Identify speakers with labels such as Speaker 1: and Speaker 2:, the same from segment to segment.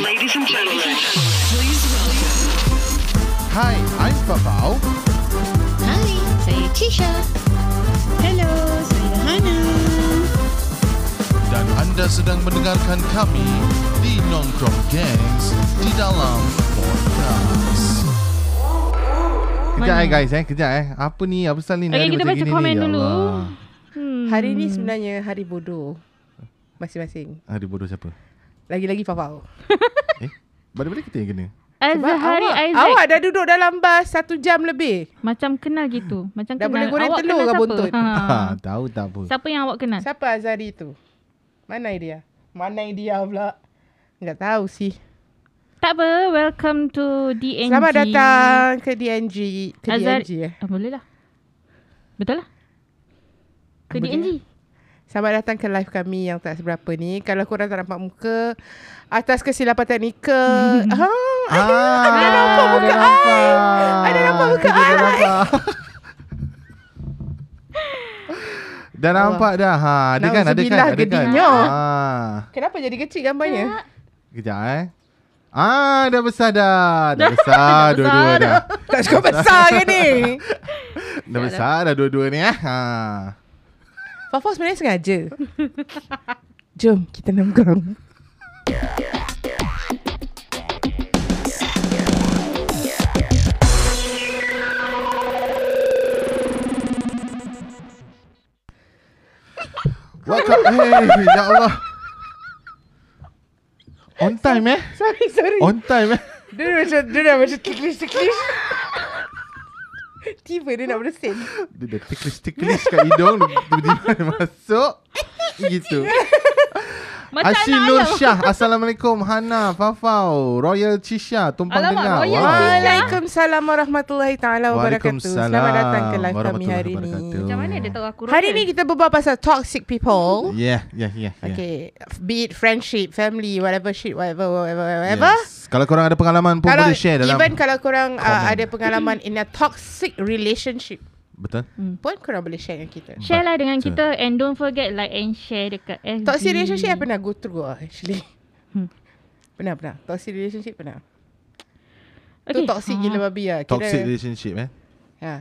Speaker 1: Ladies and gentlemen,
Speaker 2: Hi, I'm Babau.
Speaker 3: Hai, saya Cisha. Hello, saya Hana.
Speaker 2: Dan anda sedang mendengarkan kami di Nongkrong Gangs di dalam podcast. Kejap eh guys eh, kejap eh. Apa ni? Apa pasal ni?
Speaker 4: Okay,
Speaker 2: Nari
Speaker 4: kita baca
Speaker 2: gini
Speaker 4: komen
Speaker 2: ni? Ya
Speaker 4: dulu.
Speaker 2: Allah.
Speaker 4: Hmm.
Speaker 5: Hari ni sebenarnya hari bodoh masing-masing.
Speaker 2: Hari bodoh siapa?
Speaker 5: Lagi-lagi Fafau.
Speaker 2: Eh? Baru-baru kita yang kena?
Speaker 4: Azhari
Speaker 5: awak,
Speaker 4: Isaac.
Speaker 5: awak dah duduk dalam bas satu jam lebih.
Speaker 4: Macam kenal gitu. Macam kenal.
Speaker 5: Dah boleh goreng
Speaker 4: awak
Speaker 5: telur
Speaker 4: kenal
Speaker 5: ke
Speaker 4: siapa?
Speaker 5: buntut?
Speaker 4: Ha.
Speaker 2: Ha. tahu tak apa.
Speaker 4: Siapa yang awak kenal?
Speaker 5: Siapa Azari tu? Mana dia? Mana dia pula? Enggak tahu sih.
Speaker 4: Tak apa. Welcome to DNG.
Speaker 5: Selamat datang ke DNG. Ke
Speaker 4: Azhar-
Speaker 5: DNG eh.
Speaker 4: Ah, boleh lah. Betul lah. Ke
Speaker 5: Boleh
Speaker 4: DNG.
Speaker 5: Selamat datang ke live kami yang tak seberapa ni. Kalau korang tak nampak muka, atas kesilapan
Speaker 4: Hmm.
Speaker 5: teknikal. ha, ada,
Speaker 2: Ah,
Speaker 5: ada nampak muka I. Ada nampak muka
Speaker 2: Kita dah
Speaker 5: I.
Speaker 2: nampak. Dah nampak dah. Ha, ada kan, ada kan,
Speaker 5: Nauzubillah
Speaker 2: ada kan.
Speaker 5: gedenya.
Speaker 2: Ah.
Speaker 5: Kenapa jadi kecil gambarnya?
Speaker 2: Kejap eh. Ah, dah besar dah. Dah besar dua-dua dah.
Speaker 5: tak cukup besar ke ni?
Speaker 2: Dah besar dah dua-dua ni eh. Ha.
Speaker 5: Fafau sebenarnya sengaja. Jom kita nongkrong.
Speaker 2: Welcome. Hey, ya Allah. On time eh.
Speaker 5: Sorry, sorry.
Speaker 2: On time eh.
Speaker 5: Dia dah macam, dia dah macam ticklish-ticklish. Tiba dia nak bersin.
Speaker 2: Dia dah ticklish-ticklish kat hidung. Tiba-tiba dia masuk. Gitu.
Speaker 4: Macam
Speaker 2: Ashi
Speaker 4: anak
Speaker 2: Nur
Speaker 4: ayam.
Speaker 2: Syah. Assalamualaikum. Hana, Fafau, Royal Cisha. Tumpang
Speaker 4: Alamak,
Speaker 2: dengar.
Speaker 4: Royal
Speaker 5: Waalaikumsalam warahmatullahi taala wabarakatuh. Selamat datang ke live kami
Speaker 2: Warahmatullahi
Speaker 5: hari ni.
Speaker 2: wabarakatuh.
Speaker 4: Macam mana dia tahu aku
Speaker 5: Hari ni kita berbual pasal toxic people.
Speaker 2: Yeah, yeah, yeah. yeah.
Speaker 5: Okay, be it friendship, family, whatever shit, whatever, whatever, whatever.
Speaker 2: Yes. Kalau korang ada pengalaman pun
Speaker 5: Kalau
Speaker 2: boleh share dalam
Speaker 5: even kalau korang uh,
Speaker 2: komen.
Speaker 5: ada pengalaman in a toxic relationship
Speaker 2: Betul?
Speaker 5: pun korang boleh share dengan kita.
Speaker 4: Share lah dengan
Speaker 2: Betul.
Speaker 4: kita and don't forget like and share dekat FB.
Speaker 5: Toxic relationship I pernah go through lah actually.
Speaker 4: Hmm.
Speaker 5: Pernah, pernah. Toxic relationship pernah.
Speaker 4: Okay.
Speaker 5: Tu toxic
Speaker 4: Ha.
Speaker 5: gila babi lah. Kira,
Speaker 2: Toxic relationship eh.
Speaker 5: Ha.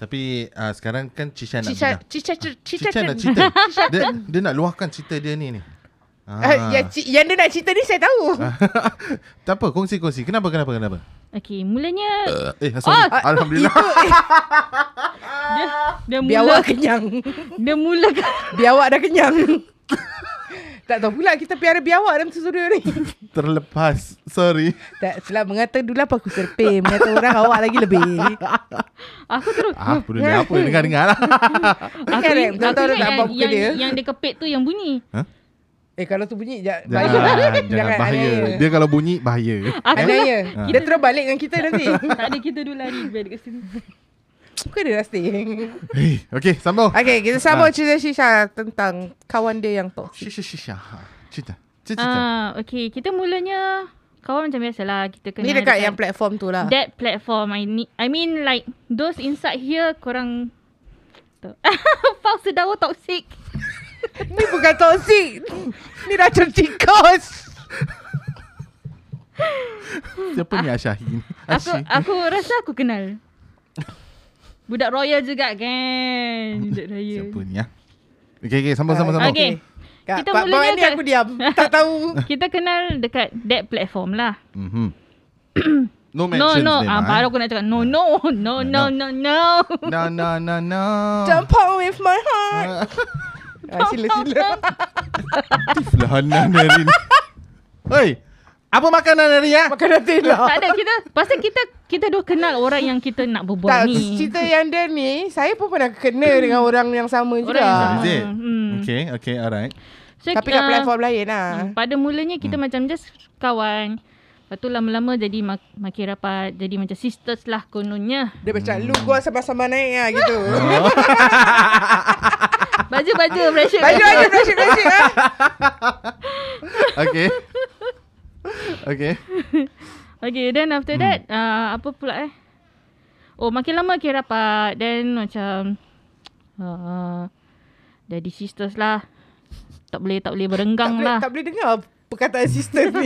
Speaker 2: Tapi uh, sekarang kan Cisha nak
Speaker 5: Cica,
Speaker 2: bilang.
Speaker 5: cica, cica, cica,
Speaker 2: Cisha nak cerita. dia, dia nak luahkan cerita dia ni ni.
Speaker 4: Eh,
Speaker 5: Ah, ya, ci, yang dia nak cerita ni saya tahu.
Speaker 2: Ah, tak apa, kongsi-kongsi. Kenapa, kenapa, kenapa?
Speaker 4: Okay, mulanya
Speaker 2: Eh, sorry.
Speaker 4: Oh.
Speaker 2: Alhamdulillah.
Speaker 5: eh,
Speaker 4: dia
Speaker 5: Biar
Speaker 4: mula
Speaker 5: awak kenyang.
Speaker 4: dia mula
Speaker 5: Biar awak dah kenyang. tak tahu pula kita piara biawak dalam studio ni.
Speaker 2: Terlepas. Sorry.
Speaker 5: tak salah mengata dulu apa aku serpeh. Mengata orang awak lagi lebih.
Speaker 4: aku terus
Speaker 2: Ah, apa dia apa dengar-dengar lah.
Speaker 4: Aku
Speaker 5: Correct.
Speaker 4: ingat,
Speaker 5: Kan, eh? Betul-betul
Speaker 4: aku ingat
Speaker 5: tak
Speaker 4: yang,
Speaker 5: buat muka
Speaker 4: yang,
Speaker 5: dia.
Speaker 4: yang dia kepit tu yang bunyi.
Speaker 5: eh kalau tu bunyi ja,
Speaker 2: Jangan,
Speaker 5: bahaya.
Speaker 2: jangan, bahaya.
Speaker 5: anaya. Dia,
Speaker 2: Dia kalau bunyi, bahaya.
Speaker 4: Aku
Speaker 5: anaya.
Speaker 2: Ah.
Speaker 5: Dia terus balik dengan kita nanti.
Speaker 4: tak ada kita dulu lari balik kat sini.
Speaker 5: Muka dia dah stay.
Speaker 2: Hey, okay, Eh, sambung.
Speaker 5: Okay, kita sambung cerita Shisha tentang kawan dia yang toxic.
Speaker 2: Cisha, Cisha. Ah, Cerita. Cerita.
Speaker 4: Ah, okay, kita mulanya kawan macam biasalah kita kena kan?
Speaker 5: Ni dekat yang platform tu lah.
Speaker 4: that platform I need I mean like those inside here korang Tu. Fau sedawa toxic
Speaker 5: Ni bukan toxic. Ni racun tikus.
Speaker 2: Siapa ni Asyahin?
Speaker 4: Aku aku rasa aku kenal Budak royal juga kan Budak royal
Speaker 2: Siapa ni ah? Okay, okay, sambung, sambung, sambung.
Speaker 4: Okay
Speaker 5: Kak,
Speaker 4: Kita
Speaker 5: Pak
Speaker 4: mulanya
Speaker 5: Bang ni
Speaker 4: kat-
Speaker 5: aku diam. Tak tahu.
Speaker 4: Kita kenal dekat that platform lah
Speaker 2: Mhm. No
Speaker 4: No
Speaker 2: mentions name,
Speaker 4: no
Speaker 2: ah,
Speaker 4: ah,
Speaker 2: eh?
Speaker 4: Baru aku nak cakap No no No no no no
Speaker 2: No, no, no, no.
Speaker 5: Jump on with my
Speaker 2: Ah,
Speaker 5: heart. Ah, sila, sila.
Speaker 2: Lah, Hana dari ni. Hei, apa makanan hari ya?
Speaker 5: Makan nanti lah.
Speaker 4: Tak ada kita Pasal kita Kita dua kenal orang yang kita nak berbual
Speaker 5: Tak,
Speaker 4: ni
Speaker 5: cerita yang dia ni, saya pun pernah kena dengan orang yang sama
Speaker 2: Is
Speaker 4: Orang yang
Speaker 5: juga.
Speaker 4: sama.
Speaker 2: it?
Speaker 4: Hmm.
Speaker 2: Okay, okay, alright.
Speaker 4: so,
Speaker 5: Tapi kat
Speaker 4: ah,
Speaker 5: platform lain lah.
Speaker 4: hmm, Pada mulanya kita macam just kawan Lepas tu lama-lama jadi mak- makin rapat Jadi macam sisters lah kononnya
Speaker 5: Dia macam, lu gua sama-sama naik lah gitu.
Speaker 4: Baja-baja pressure
Speaker 5: Baju aja, berasik-berasik lah.
Speaker 2: Okay. okay.
Speaker 4: Okay then
Speaker 5: Hmm.
Speaker 4: after that uh, Apa pula eh Oh makin lama makin rapat Then macam uh, Jadi sisters lah Tak boleh tak boleh
Speaker 5: Tak
Speaker 4: berenggang
Speaker 5: boleh,
Speaker 4: lah
Speaker 5: tak boleh dengar perkataan sister ni.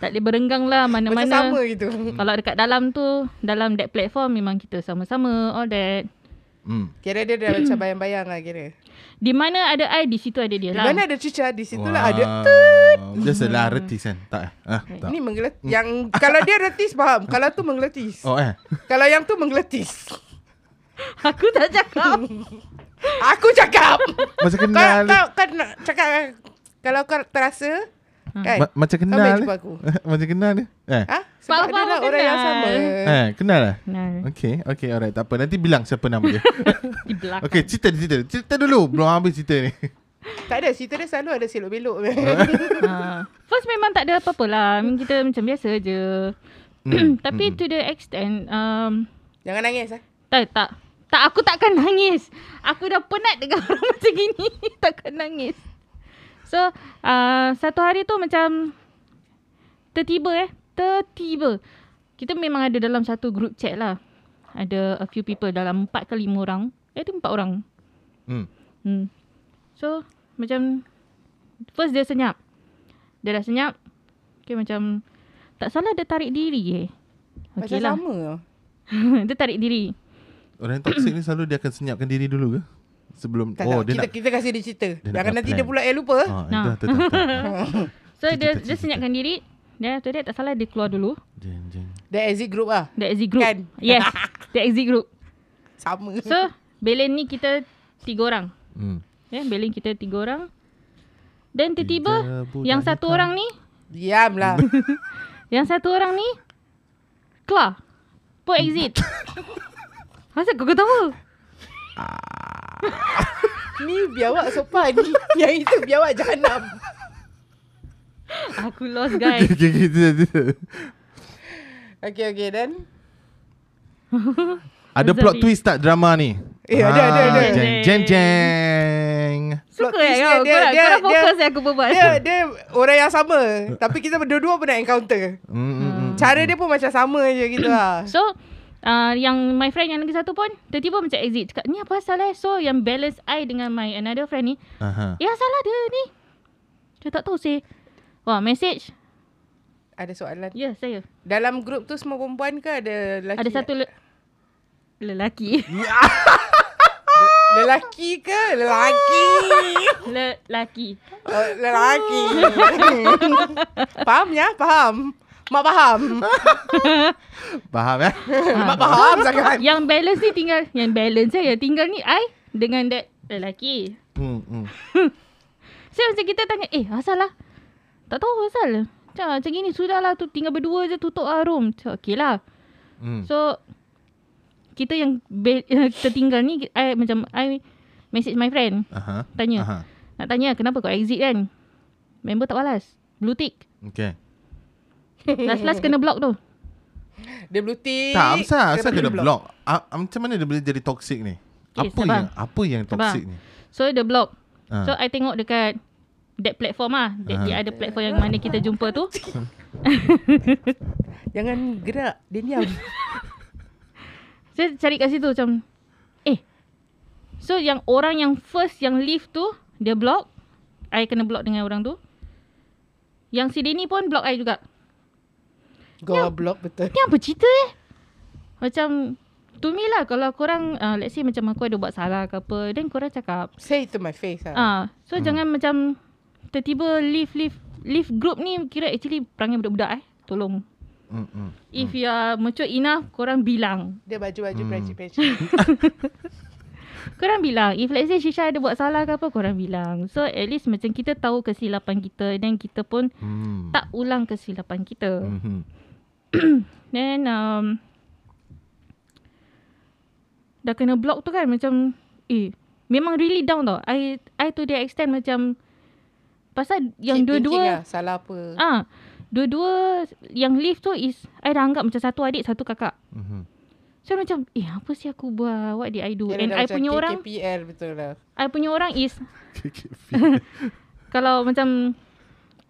Speaker 4: tak boleh berenggang lah
Speaker 5: Macam
Speaker 4: mana-mana.
Speaker 5: sama gitu.
Speaker 4: Kalau dekat dalam tu, dalam that platform memang kita sama-sama, all that.
Speaker 2: Hmm.
Speaker 5: Kira dia dah macam bayang-bayang lah kira.
Speaker 4: Di mana ada I, di situ ada dia
Speaker 5: Di
Speaker 4: lah.
Speaker 5: mana ada cica, di situ lah
Speaker 2: Wow.
Speaker 5: ada.
Speaker 2: Dia selebritis kan? Tak eh? Ah, tak.
Speaker 5: Ni menggeletis. Yang kalau dia retis faham. Kalau tu menggeletis.
Speaker 2: Oh eh?
Speaker 5: Kalau yang tu menggeletis.
Speaker 4: Aku tak cakap.
Speaker 5: Aku cakap.
Speaker 2: Macam
Speaker 5: kau,
Speaker 2: kenal.
Speaker 5: kau, kau nak cakap eh? kalau kau terasa
Speaker 4: Hmm.
Speaker 5: kan?
Speaker 2: Ma- macam
Speaker 5: kau
Speaker 2: kenal.
Speaker 5: boleh
Speaker 2: eh.
Speaker 5: jumpa aku.
Speaker 2: macam kenal dia. Eh.
Speaker 5: Ha? Sebab
Speaker 4: Faham,
Speaker 5: dia dah
Speaker 4: faham,
Speaker 5: orang yang
Speaker 4: kenal.
Speaker 5: sama.
Speaker 2: Eh, kenal lah?
Speaker 5: Hmm.
Speaker 4: nah,
Speaker 2: Okay, okay, alright. Tak apa. Nanti bilang siapa nama dia.
Speaker 4: di belakang.
Speaker 2: okay, cerita, cerita. Cerita dulu. Belum habis cerita ni.
Speaker 5: Tak ada, cerita dia selalu ada selok-belok.
Speaker 2: Oh.
Speaker 4: ha. First memang tak ada apa-apa lah. Kita macam biasa je. Tapi to the extent, um,
Speaker 5: Jangan nangis ah.
Speaker 4: tak, tak. Tak, aku takkan nangis. Aku dah penat dengan orang macam gini. takkan nangis. So, uh, satu hari tu macam tertiba eh. Tertiba. Kita memang ada dalam satu group chat lah. Ada a few people dalam empat ke lima orang. Eh, tu empat orang.
Speaker 2: Hmm.
Speaker 4: Hmm. So macam first dia senyap. Dia dah senyap. Okay macam tak salah dia tarik diri eh.
Speaker 5: Macam
Speaker 4: Okay lah.
Speaker 5: sama. tau.
Speaker 4: dia tarik diri.
Speaker 2: Orang yang toxic ni selalu dia akan senyapkan diri dulu ke? Sebelum
Speaker 5: Tak,
Speaker 2: oh
Speaker 5: tak.
Speaker 2: dia
Speaker 5: Kita,
Speaker 2: nak
Speaker 5: kita kasih dia cerita.
Speaker 2: nak
Speaker 5: Jangan
Speaker 2: buat
Speaker 5: nanti
Speaker 2: plan.
Speaker 5: dia pula yang lupa.
Speaker 2: Ah,
Speaker 4: Nah.
Speaker 2: dah, dah, dah, dah.
Speaker 4: So
Speaker 2: Cik,
Speaker 4: dia
Speaker 2: cik,
Speaker 4: dia
Speaker 2: cik,
Speaker 4: senyapkan diri. Then after that tak salah dia keluar dulu.
Speaker 2: Jeng, jeng.
Speaker 5: Dia exit group lah.
Speaker 4: The exit group.
Speaker 5: Kan?
Speaker 4: Yes. The exit group.
Speaker 5: Sama.
Speaker 4: So Belen ni kita tiga orang.
Speaker 2: Hmm.
Speaker 4: Eh Belen kita tiga orang. Then
Speaker 2: Tiga
Speaker 4: tiba-tiba
Speaker 2: budak
Speaker 4: yang satu
Speaker 2: hitam.
Speaker 4: orang ni
Speaker 5: Diam lah.
Speaker 4: Yang satu orang ni Keluar Put exit Masa kau ketawa?
Speaker 5: ni biawak sopan. yang itu biawak jahanam.
Speaker 4: Aku lost
Speaker 2: Okay,
Speaker 4: guys
Speaker 2: okay, okay, tidak, tidak.
Speaker 5: Okay, okay. Then
Speaker 2: Ada
Speaker 4: Zari.
Speaker 2: plot twist tak drama ni?
Speaker 5: Eh, ada, ada,
Speaker 2: Ah,
Speaker 5: ada.
Speaker 2: Jeng, jeng, jeng.
Speaker 4: Suka
Speaker 5: Plot
Speaker 4: eh
Speaker 5: twist
Speaker 4: kau
Speaker 5: dia-
Speaker 4: Kau nak-
Speaker 5: dia-
Speaker 4: kau nak
Speaker 5: dia-
Speaker 4: fokus eh aku berbual
Speaker 5: dia, dia orang yang sama. Tapi kita berdua-dua pun nak encounter.
Speaker 2: Hmm, hmm, hmm.
Speaker 5: Cara dia pun macam sama je gitu lah.
Speaker 4: So uh, Yang my friend yang lagi satu pun Tiba-tiba macam exit Cakap ni apa asal eh So yang balance I dengan my another friend ni
Speaker 2: Aha.
Speaker 4: Eh salah dia ni Dia tak tahu sih Wah message
Speaker 5: Ada soalan.
Speaker 4: Ya yeah, saya
Speaker 5: Dalam grup tu semua perempuan ke ada lelaki?
Speaker 4: Ada satu le- Lelaki
Speaker 5: Lelaki ke? Lelaki.
Speaker 4: Lelaki
Speaker 5: Oh, lelaki. faham ya? Faham. Mak faham.
Speaker 2: Faham eh?
Speaker 5: Mak faham sangat.
Speaker 4: Yang balance ni tinggal Yang balance eh Yang tinggal ni I Dengan that lelaki
Speaker 2: Hmm, hmm.
Speaker 4: So macam kita tanya Eh asal lah Tak tahu asal Macam, macam gini Sudahlah tu tinggal berdua je Tutup lah room Macam okay lah
Speaker 2: Hmm.
Speaker 4: So Kita yang be- Tertinggal ni I macam I Message my friend
Speaker 2: Aha.
Speaker 4: Tanya.
Speaker 2: Aha.
Speaker 4: Nak tanya kenapa kau exit kan Member tak balas Blue tick
Speaker 2: Okay.
Speaker 4: Last-last kena block tu
Speaker 5: Dia blue tick.
Speaker 2: Tak, Amsa,
Speaker 5: Dia
Speaker 2: Amsa kena
Speaker 5: blue
Speaker 2: block. Ah, ah, Macam mana dia boleh jadi toxic ni?
Speaker 4: Okay,
Speaker 2: Apa
Speaker 4: Eh, sabar.
Speaker 2: yang apa yang toxic ni?
Speaker 4: So dia block
Speaker 2: Ah.
Speaker 4: So I tengok dekat That platform lah That
Speaker 2: Ah.
Speaker 4: the other platform yang mana kita jumpa tu
Speaker 5: Jangan gerak. Dia diam.
Speaker 4: Saya cari kat situ macam Eh So yang orang yang first yang leave tu Dia block I kena block dengan orang tu Yang si Dini pun block I juga
Speaker 5: Goblok betul.
Speaker 4: Ni apa cerita eh Macam To me lah kalau korang uh, Let's say macam aku ada buat salah ke apa Then korang cakap
Speaker 5: Say to my face
Speaker 4: ah
Speaker 5: lah.
Speaker 4: uh, So hmm. jangan macam Tiba-tiba leave leave Leave group ni kira actually perangai budak-budak eh Tolong
Speaker 2: Hmm, hmm.
Speaker 4: If you are mature enough Korang bilang
Speaker 5: Dia
Speaker 2: Hmm.
Speaker 5: baju-baju perancis-perancis.
Speaker 4: Korang bilang If let's say Shisha ada buat salah ke apa Korang bilang So at least macam kita tahu kesilapan kita Then kita pun
Speaker 2: Hmm.
Speaker 4: tak ulang kesilapan kita
Speaker 2: Hmm, hmm.
Speaker 4: Then um, Dah kena block tu kan Macam Eh Memang really down tau I I to the extent macam Pasal yang
Speaker 5: Keep thinking
Speaker 4: dua-dua
Speaker 5: lah, Salah apa.
Speaker 4: Ah, Dua-dua Yang live tu is I dah anggap macam satu adik Satu kakak
Speaker 2: Mhm.
Speaker 4: So macam Eh apa sih aku buat What did I do
Speaker 5: Dia
Speaker 4: And
Speaker 5: dah
Speaker 4: I
Speaker 5: macam
Speaker 4: punya orang
Speaker 5: KKPL betul lah.
Speaker 4: I punya orang is
Speaker 2: KKP.
Speaker 4: Kalau macam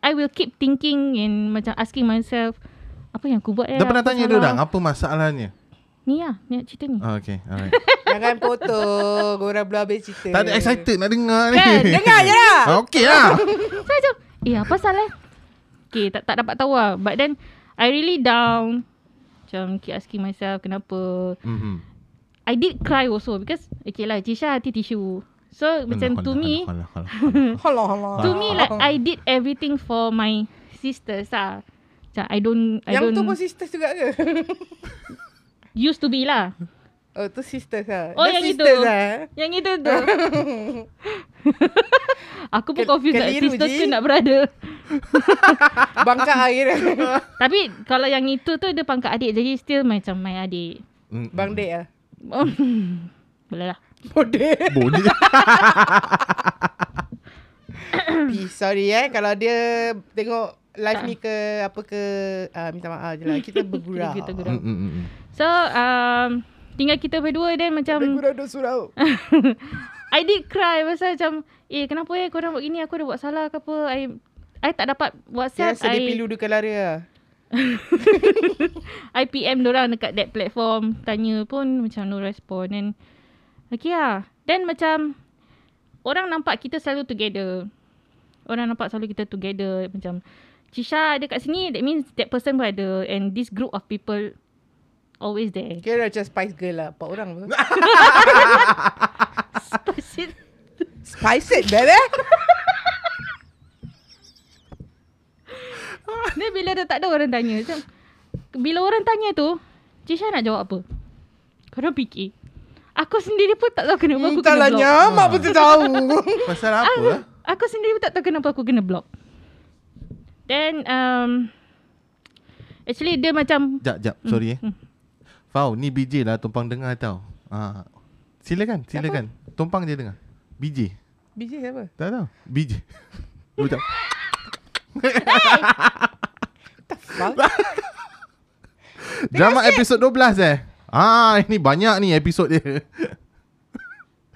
Speaker 4: I will keep thinking And macam asking myself Apa yang aku buat
Speaker 2: Dah
Speaker 4: eh
Speaker 2: pernah
Speaker 4: Apa
Speaker 2: tanya
Speaker 4: salah?
Speaker 2: dia orang apa masalahnya?
Speaker 4: Ni lah Ni lah cerita ni
Speaker 2: Oh, okay, alright.
Speaker 5: Jangan potong. Orang belum habis cerita.
Speaker 2: tak ada excited nak dengar ni.
Speaker 4: Kan,
Speaker 5: Dengar je lah.
Speaker 2: Ah, okay lah.
Speaker 4: So macam Eh apa salah fikir tak tak dapat tahu lah but then I really down macam keep asking myself kenapa
Speaker 2: Mm-hmm.
Speaker 4: I did cry also because okay lah Cisha hati tisu so macam to me
Speaker 2: Alah, alah,
Speaker 5: Alah, alah.
Speaker 4: to me like I did everything for my sisters lah macam I don't I
Speaker 5: Yang
Speaker 4: don't
Speaker 5: tu pun sisters juga ke?
Speaker 4: used to be lah
Speaker 5: oh, tu sisters lah.
Speaker 4: Oh,
Speaker 5: Dah
Speaker 4: yang
Speaker 5: sisters
Speaker 4: itu.
Speaker 5: Lah.
Speaker 4: Yang itu tu Aku pun
Speaker 5: Ke-
Speaker 4: confused nak
Speaker 5: keliru,
Speaker 4: sister
Speaker 5: Ji.
Speaker 4: ke nak brother
Speaker 5: Bangka air. lah.
Speaker 4: Tapi kalau yang itu tu Dia pangkat adik Jadi still macam my adik Oh.
Speaker 2: Mm-mm.
Speaker 5: Bang Dek lah.
Speaker 4: Boleh lah
Speaker 5: Bodek.
Speaker 2: Boleh.
Speaker 5: P, sorry eh kalau dia tengok live ni ke apa ke uh, minta maaf je lah kita bergurau
Speaker 4: Kita gurau.
Speaker 2: Mm-mm, mm-mm.
Speaker 4: So um, Tinggal kita berdua Then macam
Speaker 5: bergurau duk surau
Speaker 4: I did cry Pasal macam Eh kenapa eh korang buat gini Aku ada buat salah ke apa I, I tak dapat
Speaker 5: ya
Speaker 4: WhatsApp
Speaker 5: sedih
Speaker 4: I,
Speaker 5: pilu duka lara lah.
Speaker 4: I PM dorang dekat that platform Tanya pun macam no respond Then Okay lah Then macam Orang nampak kita selalu together Orang nampak selalu kita together Macam Cisha ada kat sini That means that person pun ada And this group of people Always there
Speaker 5: kira macam Spice Girl lah empat orang tu Spice it baby
Speaker 4: Dia bila dah tak ada orang tanya macam Bila orang tanya tu Cisha nak jawab apa? Korang fikir Aku sendiri pun tak tahu kenapa aku kena block
Speaker 5: entahlah Hmm, nyamak pun tak tahu
Speaker 2: Pasal apa? eh?
Speaker 4: Aku sendiri pun tak tahu kenapa aku kena block. Then um actually dia macam
Speaker 2: Jap, jap. Sorry eh. Fau, ni BJ lah tumpang dengar tau. Ah. Silakan, silakan. Tumpang je dengar. BJ.
Speaker 5: BJ siapa
Speaker 2: Tak tahu. BJ. Budak. Drama episod 12 eh. Ah, ini banyak ni episod dia.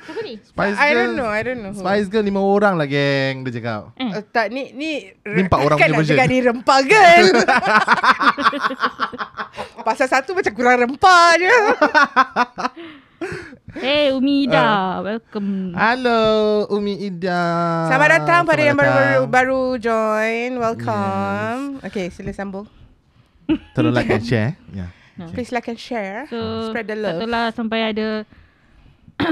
Speaker 4: apa ni?
Speaker 2: Spice
Speaker 5: I
Speaker 2: Girl.
Speaker 5: don't know I don't know
Speaker 2: Spice Girl lima orang lah geng dia cakap.
Speaker 5: Uh, tak ni ni
Speaker 2: Ni empat orang punya
Speaker 5: kan nak
Speaker 2: version.
Speaker 5: cakap ni rempah girl Pasal satu macam kurang rempah je
Speaker 4: Hey Umida, uh, welcome.
Speaker 2: Hello Umi Ida.
Speaker 5: Hmm. Selamat datang
Speaker 2: Ah,
Speaker 5: pada
Speaker 2: Selamat
Speaker 5: yang baru,
Speaker 2: datang.
Speaker 5: baru join Welcome yes. Okay sila sambung
Speaker 2: Tolong like and share. Ya.
Speaker 5: Please like and share Ah,
Speaker 4: so
Speaker 5: Spread the
Speaker 4: Tak
Speaker 5: love
Speaker 4: tahulah sampai ada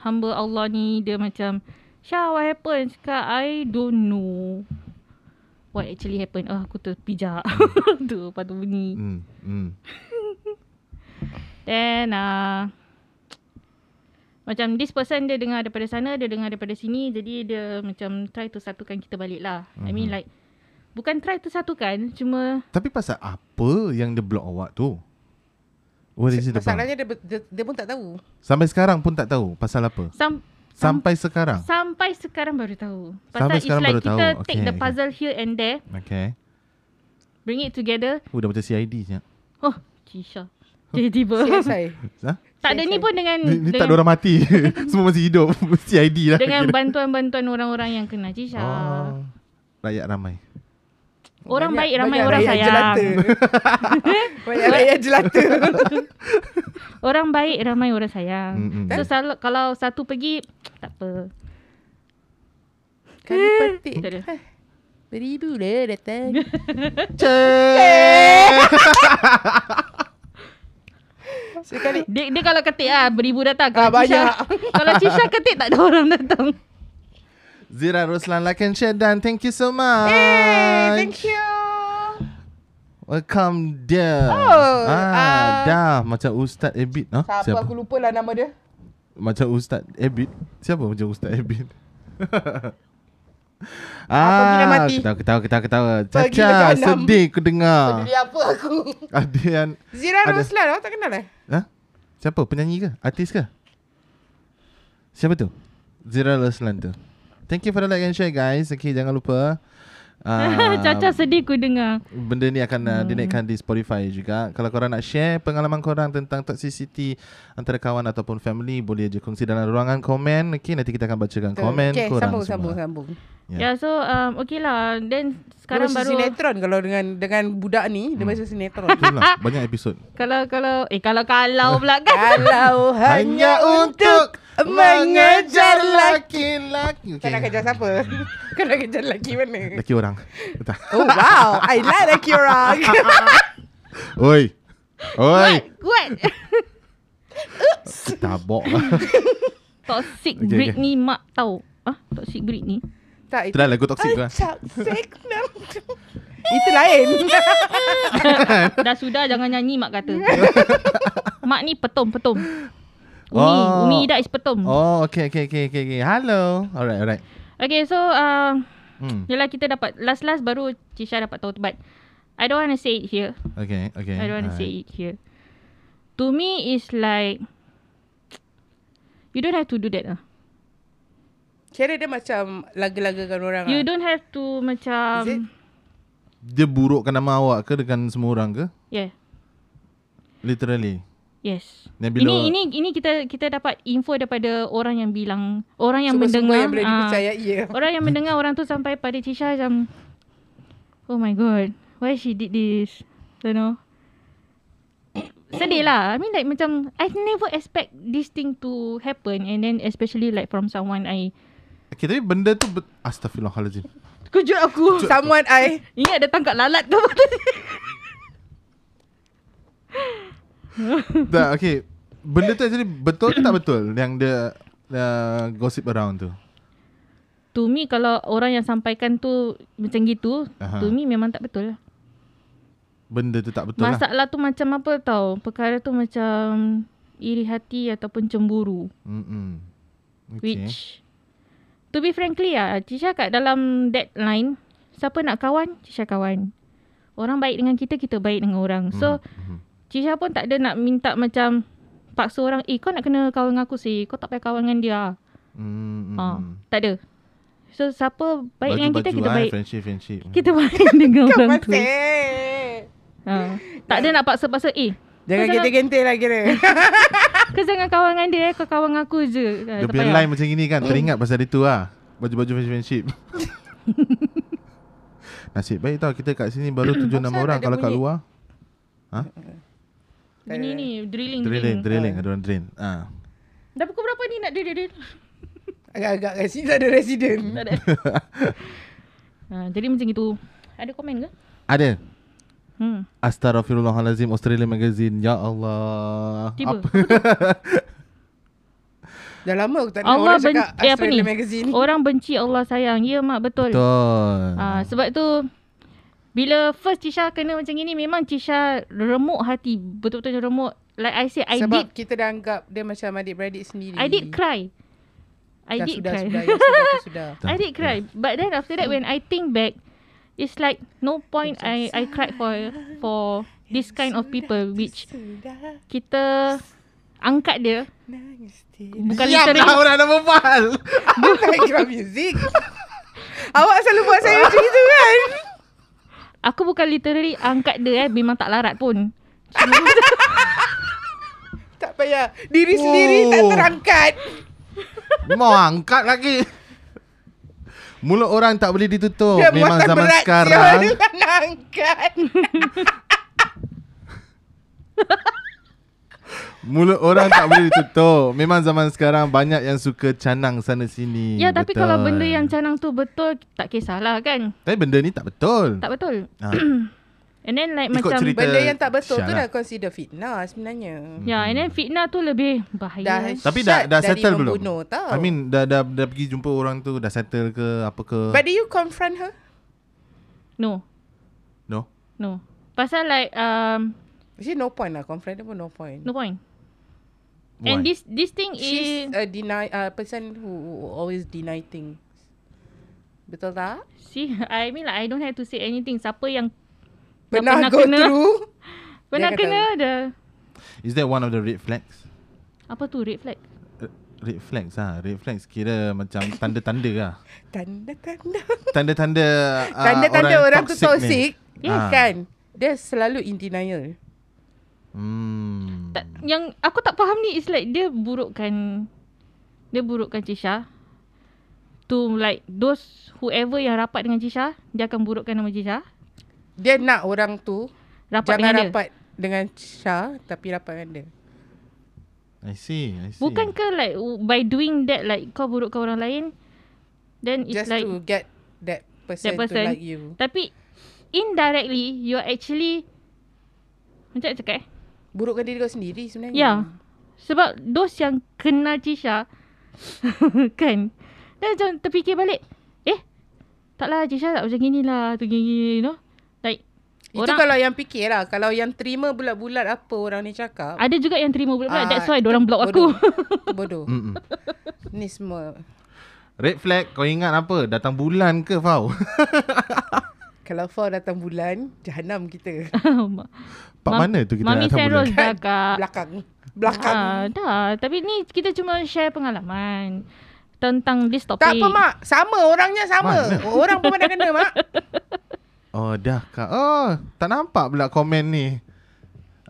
Speaker 4: hamba Allah ni dia macam Syah what happened? Cakap I don't know what actually happened. Oh, aku terpijak. tu patut bunyi.
Speaker 2: Hmm. Hmm.
Speaker 4: Then uh, Macam this person Dia dengar daripada sana Dia dengar daripada sini Jadi dia macam Try to satukan kita balik lah mm-hmm. I mean
Speaker 2: Mhm.
Speaker 4: like Bukan try to satukan Cuma
Speaker 2: Tapi pasal apa yang dia block awak tu? What is it about?
Speaker 5: Masalahnya dia, ber- dia, dia pun tak tahu
Speaker 2: Sampai sekarang pun tak tahu pasal apa.
Speaker 4: sam- sam-
Speaker 2: Sampai sekarang.
Speaker 4: Sampai sekarang baru tahu
Speaker 2: Ah. Sampai
Speaker 4: Pasal it's
Speaker 2: sekarang
Speaker 4: like
Speaker 2: baru
Speaker 4: kita
Speaker 2: tahu.
Speaker 4: Take
Speaker 2: Okay,
Speaker 4: the
Speaker 2: okay.
Speaker 4: puzzle here and there
Speaker 2: Okay.
Speaker 4: Bring it together
Speaker 2: Oh, dah macam CID je.
Speaker 4: Oh Cisha Tiba-tiba
Speaker 5: CSI
Speaker 2: Ha?
Speaker 4: Tak ada ni
Speaker 5: eh?
Speaker 4: pun dengan
Speaker 2: Ni, ni tak ada
Speaker 4: Dengan,
Speaker 2: orang mati. Semua masih hidup. CID lah.
Speaker 4: dengan
Speaker 2: kira.
Speaker 4: bantuan-bantuan orang-orang yang kena Cisha
Speaker 2: Oh. Rakyat ramai.
Speaker 4: Orang
Speaker 5: Banyak-
Speaker 4: baik ramai
Speaker 5: banyak
Speaker 4: orang
Speaker 5: rakyat
Speaker 4: sayang
Speaker 5: jelata. Banyak rakyat jelata
Speaker 4: Orang baik ramai orang sayang.
Speaker 2: Mm-mm.
Speaker 5: Kan?
Speaker 4: So selalu, kalau satu pergi tak apa.
Speaker 5: Kami petik
Speaker 4: Tak ada.
Speaker 5: Beribu lah datang Sekali
Speaker 4: Dia, dia kalau ketik ah beribu datang. Kalau
Speaker 5: Ah, banyak.
Speaker 4: Cisha, kalau Cisha ketik tak ada orang datang.
Speaker 2: Zira Ruslan like and share dan thank you so much.
Speaker 5: Hey, thank you
Speaker 2: Welcome there.
Speaker 5: Oh,
Speaker 2: ah,
Speaker 5: ah.
Speaker 2: dah macam Ustaz Ebit. Ha?
Speaker 5: Siapa, Siapa? aku lupa lah nama dia
Speaker 2: Macam Ustaz Ebit. Siapa macam Ustaz Ebit?
Speaker 5: gila
Speaker 2: ah,
Speaker 5: mati.
Speaker 2: ketawa, ketawa, ketawa, ketawa.
Speaker 5: Pergi
Speaker 2: Caca,
Speaker 5: jahanam.
Speaker 2: sedih aku dengar.
Speaker 5: Dia apa aku
Speaker 2: Ada yang...
Speaker 5: Zira
Speaker 2: Ah. Ada.
Speaker 5: Ruslan Awak tak kenal eh
Speaker 2: Ha? Siapa? Penyanyi ke? Artis ke? Siapa tu? Zira Ruslan tu. Thank you for the like and share guys. Okay, jangan lupa. Ah,
Speaker 4: Caca sedih ku dengar.
Speaker 2: Benda ni akan
Speaker 5: Hmm.
Speaker 2: uh, dinaikkan di Spotify juga. Kalau korang nak share pengalaman korang tentang toxicity antara kawan ataupun family, boleh je kongsi dalam ruangan komen. Okay, nanti kita akan bacakan komen
Speaker 5: Okay
Speaker 2: korang
Speaker 5: sambung
Speaker 2: semua.
Speaker 5: sambung sambung
Speaker 2: Ya.
Speaker 4: Yeah. yeah so um, okay lah. Then sekarang
Speaker 5: Dia
Speaker 4: baru
Speaker 5: macam sinetron Kalau dengan dengan budak
Speaker 2: Hmm.
Speaker 5: ni Dia macam sinetron
Speaker 2: Itulah, lah, banyak episod.
Speaker 4: kalau kalau eh kalau kalau pula kan.
Speaker 5: Kalau hanya untuk mengejar laki
Speaker 2: lelaki
Speaker 5: Tak nak kerja siapa Kau nak kerja lelaki mana
Speaker 2: Lelaki orang Tak
Speaker 5: Oh wow I like lelaki orang
Speaker 2: Oi Oi
Speaker 4: Kuat, kuat.
Speaker 2: Tabok lah
Speaker 4: toxic
Speaker 2: Okay, okay.
Speaker 4: okay, Britney okay. mak tahu. Ah, toxic Britney.
Speaker 5: Tak
Speaker 2: Itu dah lagu toksik tu lah
Speaker 5: Toxic no. Itu lain
Speaker 4: Dah sudah jangan nyanyi mak kata. mak ni petom-petom. Umi,
Speaker 2: Oh.
Speaker 4: oh. Umi Ida is petom.
Speaker 2: Oh
Speaker 4: Oh.
Speaker 2: okay okay okay okay, okay. Hello Alright alright
Speaker 4: Okay, so uh,
Speaker 2: hmm.
Speaker 4: yelah kita dapat last-last baru Cisha dapat tahu but I don't want to say it here.
Speaker 2: Okay okay
Speaker 4: I don't want
Speaker 2: alright.
Speaker 4: to say it here. To me is like you don't have to do that lah.
Speaker 5: Kira dia macam Laga-lagakan orang
Speaker 4: You um,
Speaker 5: ah.
Speaker 4: don't have to macam
Speaker 5: Is it?
Speaker 2: Dia burukkan nama awak ke Dengan semua orang ke
Speaker 4: yeah.
Speaker 2: Literally
Speaker 4: Yes.
Speaker 2: Dan
Speaker 4: Bila
Speaker 2: bila
Speaker 4: ini ini ini kita kita dapat info daripada orang yang bilang, orang yang
Speaker 5: Semua-semua
Speaker 4: mendengar
Speaker 5: yang boleh
Speaker 4: ah,
Speaker 5: dipercayai ya.
Speaker 4: orang yang mendengar orang tu sampai pada Cisha macam Oh my god, why she did this? You know. Sedih lah. I mean like macam I never expect this thing to happen and then especially like from someone I
Speaker 2: Okay tapi benda tu bet- Astaghfirullahaladzim
Speaker 4: Kejut aku.
Speaker 5: Someone I
Speaker 4: Ingat ada tangkap lalat ke apa tadi?
Speaker 2: Tak okay Benda tu actually Betul ke tak betul Yang dia uh, Gossip around tu
Speaker 4: To me kalau orang yang sampaikan tu macam gitu,
Speaker 2: Aha.
Speaker 4: to me memang tak betul lah.
Speaker 2: Benda tu tak betul lah
Speaker 4: Masalah tu macam apa tau Perkara tu macam Iri hati ataupun cemburu
Speaker 2: Mm-mm.
Speaker 4: okay. Which To be frankly lah Cisha kat dalam deadline Siapa nak kawan Cisha kawan Orang baik dengan kita Kita baik dengan orang So
Speaker 2: Mhm.
Speaker 4: Cisha pun tak ada nak minta macam Paksa orang Eh kau nak kena kawan dengan aku sih Kau tak payah kawan dengan dia
Speaker 2: Mm-mm.
Speaker 4: hmm. ha, Tak ada So siapa baik
Speaker 2: Baju-
Speaker 4: dengan kita
Speaker 2: baju,
Speaker 4: Kita
Speaker 2: ah,
Speaker 4: baik
Speaker 2: Friendship friendship
Speaker 4: Kita baik dengan
Speaker 5: Kau
Speaker 4: orang tu
Speaker 5: pasal
Speaker 4: ha. Tak ada nak paksa-paksa Eh
Speaker 5: Jangan
Speaker 4: Kau jangan-
Speaker 5: gentil-gentil lah kira
Speaker 4: Kau jangan kawan dengan dia eh. Kau kawan dengan aku je
Speaker 2: Dia
Speaker 4: Ah, tak
Speaker 2: punya
Speaker 4: payah.
Speaker 2: line macam gini kan Teringat pasal dia tu lah Baju-baju friendship Nasib baik tau Kita kat sini baru 7-6
Speaker 5: Asal
Speaker 2: orang
Speaker 5: ada
Speaker 2: Kalau kat
Speaker 5: bunyi?
Speaker 2: luar
Speaker 4: Ini ni drilling drilling.
Speaker 2: Drilling Drilling Ada orang drill ah.
Speaker 4: Dah pukul berapa ni nak drill drill?
Speaker 5: Agak-agak kat sini tak ada resident
Speaker 4: Tak ada. kan? ha, jadi macam itu. Ada komen ke?
Speaker 2: Ada
Speaker 4: Hmm.
Speaker 2: Astaghfirullahalazim Australian Magazine Ya Allah
Speaker 4: Tiba.
Speaker 2: Apa?
Speaker 5: Dah lama aku tak dengar
Speaker 4: Allah
Speaker 5: orang
Speaker 4: ben
Speaker 5: cakap
Speaker 4: eh, apa ni?
Speaker 5: Australian Magazine
Speaker 4: Orang benci Allah sayang. Ya mak betul.
Speaker 2: Betul
Speaker 4: Ha, sebab tu bila first Cisha kena macam ini memang Cisha remuk hati. Betul-betul remuk. Like I said I
Speaker 5: Sebab
Speaker 4: did
Speaker 5: kita dah anggap dia macam adik-beradik sendiri
Speaker 4: I did cry. I
Speaker 5: Dah
Speaker 4: did
Speaker 5: sudah,
Speaker 4: cry.
Speaker 5: Sudah, ya, Hmm. sudah, tu sudah.
Speaker 4: I did cry. But then after that, when I think back, it's like no point I I cried for for this
Speaker 5: Ya
Speaker 4: kind of people which
Speaker 5: Sudah,
Speaker 4: kita angkat dia
Speaker 5: nangis tidak.
Speaker 4: bukan
Speaker 2: Diam lah
Speaker 4: literally
Speaker 2: orang nak berbual
Speaker 5: Background music. Awak selalu buat saya macam itu kan?
Speaker 4: aku bukan literally angkat dia eh memang tak larat pun
Speaker 2: Hmm,
Speaker 5: Tak payah. Diri
Speaker 2: Oh.
Speaker 5: sendiri tak terangkat.
Speaker 2: Mau angkat lagi Mulut orang tak boleh ditutup
Speaker 5: Dia
Speaker 2: Memang
Speaker 5: muatan
Speaker 2: zaman
Speaker 5: berat.
Speaker 2: sekarang
Speaker 5: Dia orang nak angkat.
Speaker 2: Mulut orang tak boleh ditutup Memang zaman sekarang Banyak yang suka canang sana sini
Speaker 4: ya tapi
Speaker 2: Betul.
Speaker 4: kalau benda yang canang tu betul tak kisahlah kan
Speaker 2: Tapi benda ni tak betul
Speaker 4: tak betul
Speaker 2: ha.
Speaker 4: and then like
Speaker 2: Ikut
Speaker 4: macam
Speaker 2: cerita.
Speaker 5: Benda yang tak betul tu
Speaker 2: Syah lah.
Speaker 5: dah consider fitnah sebenarnya.
Speaker 4: ya and then fitnah tu lebih bahaya
Speaker 5: Dah-
Speaker 2: Tapi dah, dah
Speaker 5: Syad dari
Speaker 2: settle belum?
Speaker 5: membunuh, tau.
Speaker 2: I mean uh, dah, dah, dah pergi jumpa orang tu Dah settle ke apa ke
Speaker 5: But do you confront her?
Speaker 4: no
Speaker 2: No
Speaker 4: no pasal like um
Speaker 5: Actually no point lah. Confront dia pun no point.
Speaker 4: no point
Speaker 2: Why?
Speaker 4: and this this thing
Speaker 5: She's
Speaker 4: is
Speaker 5: a deny a person who who always deny things. Betul tak?
Speaker 4: See, I mean like I don't have to say anything. Siapa yang dah
Speaker 5: Pernah, go
Speaker 4: kena,
Speaker 5: through?
Speaker 4: Pernah
Speaker 5: Dia akan
Speaker 4: kena ada
Speaker 2: Is that one of the red flags?
Speaker 4: apa tu red flag?
Speaker 2: R- Red flags ha Red flags kira macam tanda-tanda lah
Speaker 5: Tanda-tanda.
Speaker 2: Tanda-tanda ah,
Speaker 5: Tanda-tanda orang, tu
Speaker 2: toxic ni.
Speaker 5: toxic.
Speaker 2: Ah.
Speaker 5: Yes kan? Dia selalu in denial.
Speaker 2: Hmm.
Speaker 5: kan?
Speaker 4: Tak, yang aku tak faham ni is like dia burukkan dia burukkan Cisha. To like those whoever yang rapat dengan Cisha, dia akan burukkan nama Cisha.
Speaker 5: Dia nak orang tu
Speaker 4: Rapat
Speaker 5: jangan
Speaker 4: dengan dia.
Speaker 5: rapat dengan Syah tapi rapat dengan dia.
Speaker 2: I see, I see.
Speaker 4: Bukan ke like w- by doing that like kau burukkan orang lain, Then it's
Speaker 5: Just
Speaker 4: like
Speaker 5: to get that
Speaker 4: that
Speaker 5: person,
Speaker 4: person.
Speaker 5: to like you.
Speaker 4: Tapi indirectly you're actually macam nak cakap eh?
Speaker 5: Burukkan diri kau sendiri sebenarnya.
Speaker 4: Ya. Sebab dos yang kenal Cisha kan. Dan macam terfikir balik, eh taklah Cisha tak macam gini lah, tu gini, you know. Like
Speaker 5: Itu
Speaker 4: Orang-
Speaker 5: kalau yang fikir lah. Kalau yang terima bulat-bulat apa orang ni cakap.
Speaker 4: ada juga yang terima pula.
Speaker 5: ah,
Speaker 4: That's why orang block
Speaker 5: bodoh.
Speaker 4: aku.
Speaker 5: Itu bodoh.
Speaker 2: Mm-mm.
Speaker 5: ni semua.
Speaker 2: Red flag kau ingat apa? Datang bulan ke Fau?
Speaker 5: Kalau Fau datang bulan, jahanam kita.
Speaker 2: Pak
Speaker 4: Mam-
Speaker 2: mana tu kita nak
Speaker 4: Mami
Speaker 2: datang bulan?
Speaker 4: Seros dah kak.
Speaker 5: Belakang. Belakang.
Speaker 4: Ah, dah. Tapi ni kita cuma share pengalaman tentang this topic.
Speaker 5: Tak apa mak, sama orangnya sama.
Speaker 2: Mana?
Speaker 5: Orang pun pandai kena mak.
Speaker 2: Oh dah kak. Oh tak nampak pula komen ni.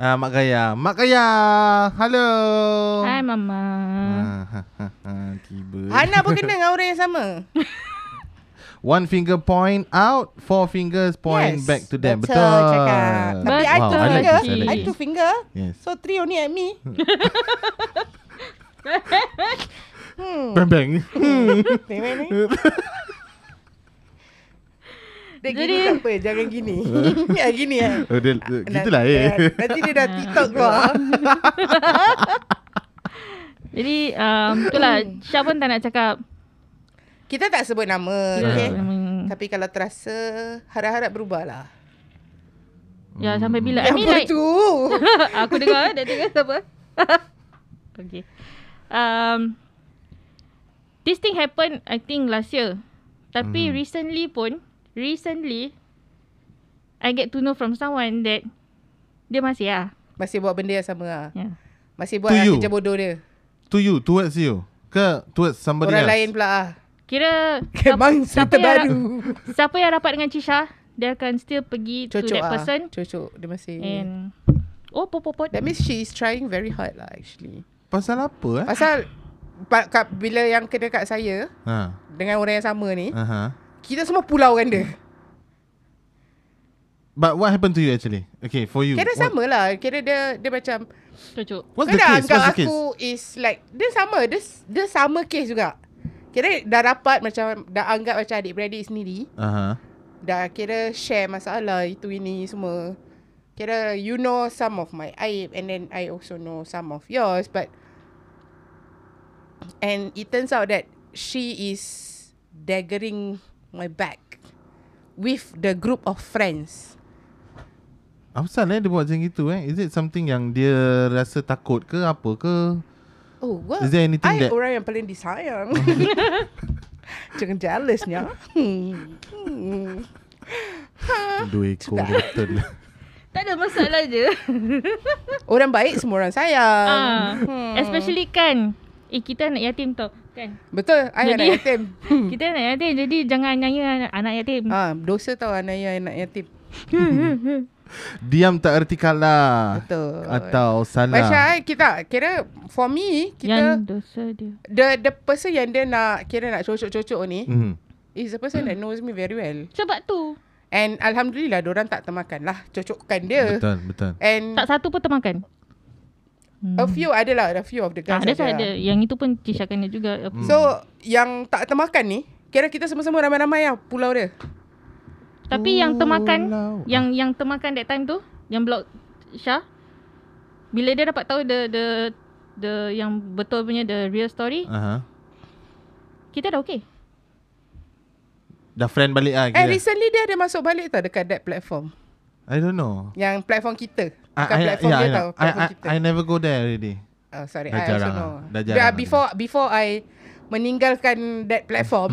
Speaker 2: Ah, Mak Gaya. Mak Gaya. Hello.
Speaker 4: Hai mama.
Speaker 2: Ah, ha, ha, ha, tiba.
Speaker 5: Hana pun kena dengan orang yang sama.
Speaker 2: One finger point out, four fingers point
Speaker 5: Yes,
Speaker 2: back to them. Betul.
Speaker 5: betul cakap.
Speaker 4: Tapi
Speaker 2: wow, I
Speaker 4: I two
Speaker 2: like
Speaker 4: finger,
Speaker 2: this, I like
Speaker 5: I
Speaker 4: Yes.
Speaker 5: two finger.
Speaker 2: Yes.
Speaker 5: So three only at me. hmm.
Speaker 2: Bang bang.
Speaker 5: Tengok ni. Dia gini
Speaker 4: Jadi-
Speaker 5: tak apa, jangan gini. ya gini eh.
Speaker 2: oh, dia, gitulah eh.
Speaker 5: Nanti dia dah TikTok keluar.
Speaker 4: Jadi um, itulah Syah pun tak nak cakap.
Speaker 5: Kita tak sebut nama,
Speaker 2: Hmm.
Speaker 4: Okay.
Speaker 5: okay?
Speaker 4: Um,
Speaker 5: Tapi kalau terasa, harap-harap berubahlah.
Speaker 4: ya sampai bila. I
Speaker 5: Yang
Speaker 4: mean
Speaker 5: apa
Speaker 4: like
Speaker 5: tu?
Speaker 4: aku dengar eh, dia dengar apa. okay. Um, this thing happened I think last year. Tapi
Speaker 5: Hmm.
Speaker 2: Mhm.
Speaker 4: recently pun, recently I get to know from someone that dia masih ya. lah.
Speaker 5: Masih buat benda yang sama lah.
Speaker 4: Yeah.
Speaker 5: Masih buat
Speaker 2: To
Speaker 5: lah
Speaker 2: you.
Speaker 5: kerja bodoh dia.
Speaker 2: To you, towards you. Ke towards somebody else?
Speaker 5: Orang lain pula lah.
Speaker 4: Kira
Speaker 5: Kemang cerita
Speaker 4: yang,
Speaker 5: baru.
Speaker 4: siapa yang rapat dengan Cisha, dia akan still pergi to
Speaker 5: Cocok
Speaker 4: that
Speaker 5: ah.
Speaker 4: person
Speaker 5: Cocok. Dia masih. And
Speaker 4: and oh popopot.
Speaker 5: That means she is trying very hard lah actually.
Speaker 2: Pasal apa eh?
Speaker 5: Pasal pa- kat, bila yang kena kat saya
Speaker 2: Ha.
Speaker 5: dengan orang yang sama ni,
Speaker 2: Aha.
Speaker 5: kita semua pulaukan dia.
Speaker 2: But what happened to you actually? Okay, for you. what,
Speaker 5: Kira sama lah. Kira dia dia macam
Speaker 4: Cocok.
Speaker 2: What's the
Speaker 5: kau dah
Speaker 2: case?
Speaker 5: anggap
Speaker 2: What's the case?
Speaker 5: aku is like dia sama. Dia, s- dia sama case juga. Kira dah rapat macam dah anggap macam adik-beradik sendiri.
Speaker 2: Aha.
Speaker 5: Dah kira share masalah itu ini semua. Kira you know some of my aib and then I also know some of yours but and it turns out that she is daggering my back with the group of friends.
Speaker 2: Apa salah eh dia buat macam gitu eh? Is it something yang dia rasa takut ke apa ke?
Speaker 5: Oh, what?
Speaker 2: Is there anything
Speaker 5: I
Speaker 2: that-
Speaker 5: orang yang paling disayang. Jangan jealousnya. Hmm. Hmm.
Speaker 2: Dua ekor rotten.
Speaker 4: Tak ada masalah je.
Speaker 5: Orang baik semua orang sayang.
Speaker 4: Ah,
Speaker 5: Hmm.
Speaker 4: especially kan eh kita anak yatim tau kan.
Speaker 5: Betul,
Speaker 4: Jadi-
Speaker 5: I anak yatim. Hmm.
Speaker 4: Kita anak yatim jadi jangan nyanyi anak, anak yatim.
Speaker 5: Ah, dosa tau Anaya anak yatim.
Speaker 2: Diam tak erti kalah.
Speaker 5: Betul.
Speaker 2: Atau salah.
Speaker 5: Macam I, kita kira for me
Speaker 4: Yang
Speaker 5: kita
Speaker 4: dosa dia.
Speaker 5: the the person yang dia nak kira nak cocok-cocok ni
Speaker 2: Mhm.
Speaker 5: is the person that knows me very well.
Speaker 4: Sebab tu
Speaker 5: And alhamdulillah orang tak termakan lah cocokkan dia.
Speaker 2: Betul, betul.
Speaker 5: And
Speaker 4: tak satu pun termakan.
Speaker 5: a few ada lah, a few of the
Speaker 4: Ah,
Speaker 5: guys
Speaker 4: ada
Speaker 5: ada.
Speaker 4: tak ada. Yang itu pun Cisha kena
Speaker 2: Hmm.
Speaker 4: juga.
Speaker 5: lah. So yang tak termakan ni kira kita semua-semua ramai-ramai lah pulau dia.
Speaker 4: Tapi yang termakan
Speaker 2: Pulau.
Speaker 4: yang yang termakan that time tu yang blog Syah bila dia dapat tahu the the the yang betul punya the real story,
Speaker 2: Aha.
Speaker 5: Ah.
Speaker 4: kita dah okay.
Speaker 2: Dah friend balik lah
Speaker 5: And
Speaker 2: kira.
Speaker 5: recently dia ada masuk balik tau dekat that platform.
Speaker 2: I don't know.
Speaker 5: Yang platform kita.
Speaker 2: I,
Speaker 5: Bukan
Speaker 2: I,
Speaker 5: platform
Speaker 2: yeah, I,
Speaker 5: dia
Speaker 2: know.
Speaker 5: tau.
Speaker 2: I,
Speaker 5: Platform
Speaker 2: I,
Speaker 5: kita.
Speaker 2: I never go there already.
Speaker 5: Oh, sorry.
Speaker 2: Dah
Speaker 5: I
Speaker 2: jarang
Speaker 5: also know.
Speaker 2: lah. Dah
Speaker 5: Dah
Speaker 2: jarang lah
Speaker 5: before before I meninggalkan that platform,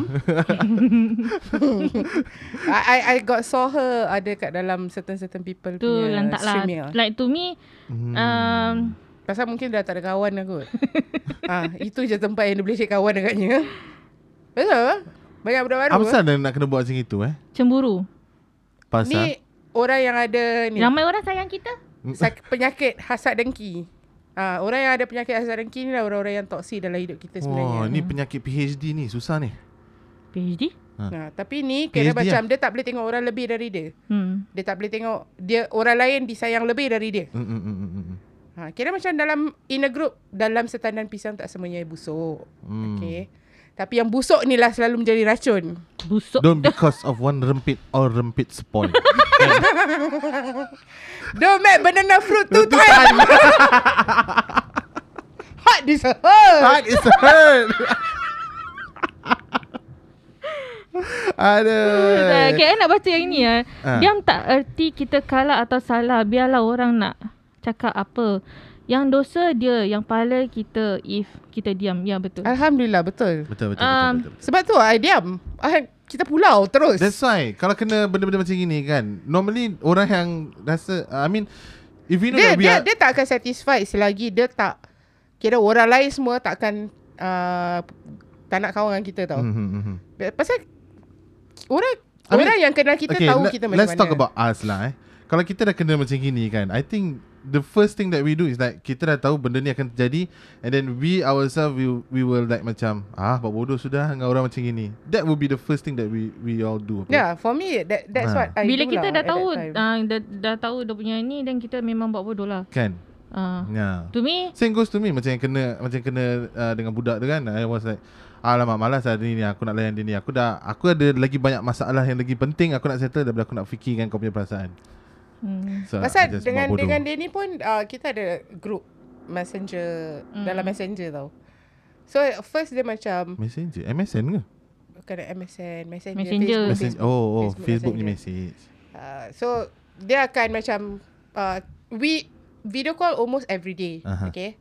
Speaker 5: I, I I got saw her ada kat dalam certain certain people
Speaker 4: Tu
Speaker 5: punya
Speaker 4: lantak lah.
Speaker 5: streaming lah.
Speaker 4: Like to me
Speaker 2: Hmm.
Speaker 4: um,
Speaker 5: Pasal mungkin dah tak ada kawan lah kot. ah, itu je tempat yang dia boleh cari kawan agaknya. Betul? Banyak budak baru.
Speaker 2: Apa
Speaker 5: eh.
Speaker 2: salah dia nak kena buat macam itu eh?
Speaker 4: cemburu.
Speaker 2: Pasal?
Speaker 5: Ni orang yang ada ni
Speaker 4: Ramai orang sayang kita.
Speaker 5: sak- penyakit hasad dengki. Ah, orang yang ada penyakit hasad dengki ni lah orang-orang yang toksik dalam hidup kita sebenarnya. Hmm.
Speaker 2: Wah, Oh, ni penyakit PhD ni. Susah ni.
Speaker 4: PhD?
Speaker 2: Ha.
Speaker 5: Nah, Ha, tapi ni kira
Speaker 2: PhD
Speaker 5: macam dia tak boleh tengok orang lebih dari dia.
Speaker 4: Hmm.
Speaker 5: Dia tak boleh tengok dia orang lain disayang lebih dari dia.
Speaker 2: Mm, mm, mm, mm, mm.
Speaker 5: Ha, kira macam dalam in a group dalam setandan pisang tak semuanya busuk.
Speaker 2: Hmm.
Speaker 5: Okay. Tapi yang busuk ni lah selalu menjadi racun.
Speaker 4: Busuk.
Speaker 2: Don't because of one rempit or rempit spoil.
Speaker 5: Don't make banana fruit too tight. Heart is a hurt.
Speaker 2: Heart is hurt.
Speaker 5: Eh.
Speaker 2: Aduh.
Speaker 4: Okay, I nak baca yang ni eh.
Speaker 2: Ah.
Speaker 4: Diam tak erti kita kalah atau salah. Biarlah orang nak cakap apa. Yang dosa dia, yang pahala kita if kita diam. Ya, betul.
Speaker 5: Ah, Alhamdulillah betul.
Speaker 2: Betul betul, betul,
Speaker 4: Um,
Speaker 2: betul, betul, betul.
Speaker 5: Sebab tu I diam. I, kita pulau terus.
Speaker 2: That's why Kalau kena benda-benda macam gini kan Normally Orang yang rasa I mean If you know
Speaker 5: dia
Speaker 2: that we are
Speaker 5: dia dia tak akan satisfied selagi dia tak kira orang lain semua takkan uh, tak nak kawan dengan kita tau. Hmm.
Speaker 2: Mhm, mhm.
Speaker 5: Pasal orang
Speaker 2: I mean,
Speaker 5: orang yang kenal kita
Speaker 2: okay,
Speaker 5: tahu
Speaker 2: le-
Speaker 5: kita macam
Speaker 2: Let's
Speaker 5: mana.
Speaker 2: talk about us lah eh. Kalau kita dah kena macam gini kan I think The first thing that we do is like Kita dah tahu benda ni akan terjadi And then we ourselves We, we will like macam Ah buat bodoh sudah Dengan orang macam gini That will be the first thing that we we all do apa?
Speaker 5: Yeah, Ya, for me that that's
Speaker 2: Ha.
Speaker 5: ha. what I
Speaker 4: Bila
Speaker 5: do
Speaker 4: kita
Speaker 5: lah
Speaker 4: dah
Speaker 5: at that
Speaker 4: tahu
Speaker 5: time.
Speaker 4: uh, dah, dah tahu dia punya ni dan kita memang buat bodoh lah.
Speaker 2: Kan
Speaker 4: Uh.
Speaker 2: Yeah
Speaker 4: To me,
Speaker 2: Same goes to me Macam yang kena Macam kena uh, Dengan budak tu kan I was like Alamak malas lah ni, ni Aku nak layan dia ni Aku dah Aku ada lagi banyak masalah Yang lagi penting Aku nak settle Daripada aku nak fikirkan Kau punya perasaan
Speaker 4: hmm,
Speaker 2: So I
Speaker 5: Pasal
Speaker 2: just
Speaker 5: dengan
Speaker 2: buat bodoh.
Speaker 5: dengan dia ni pun uh, kita ada group messenger
Speaker 4: Hmm.
Speaker 5: hmm. dalam messenger tau. So first dia macam
Speaker 2: Messenger MSN ke?
Speaker 5: bukan MSN, messenger,
Speaker 4: Messenger.
Speaker 5: Facebook,
Speaker 2: Messenger Oh, oh
Speaker 5: Facebook
Speaker 2: Facebook ni
Speaker 5: Messenger.
Speaker 2: message
Speaker 5: Uh, so dia akan macam uh, we video call almost every day,
Speaker 2: Aha.
Speaker 5: uh-huh. okay?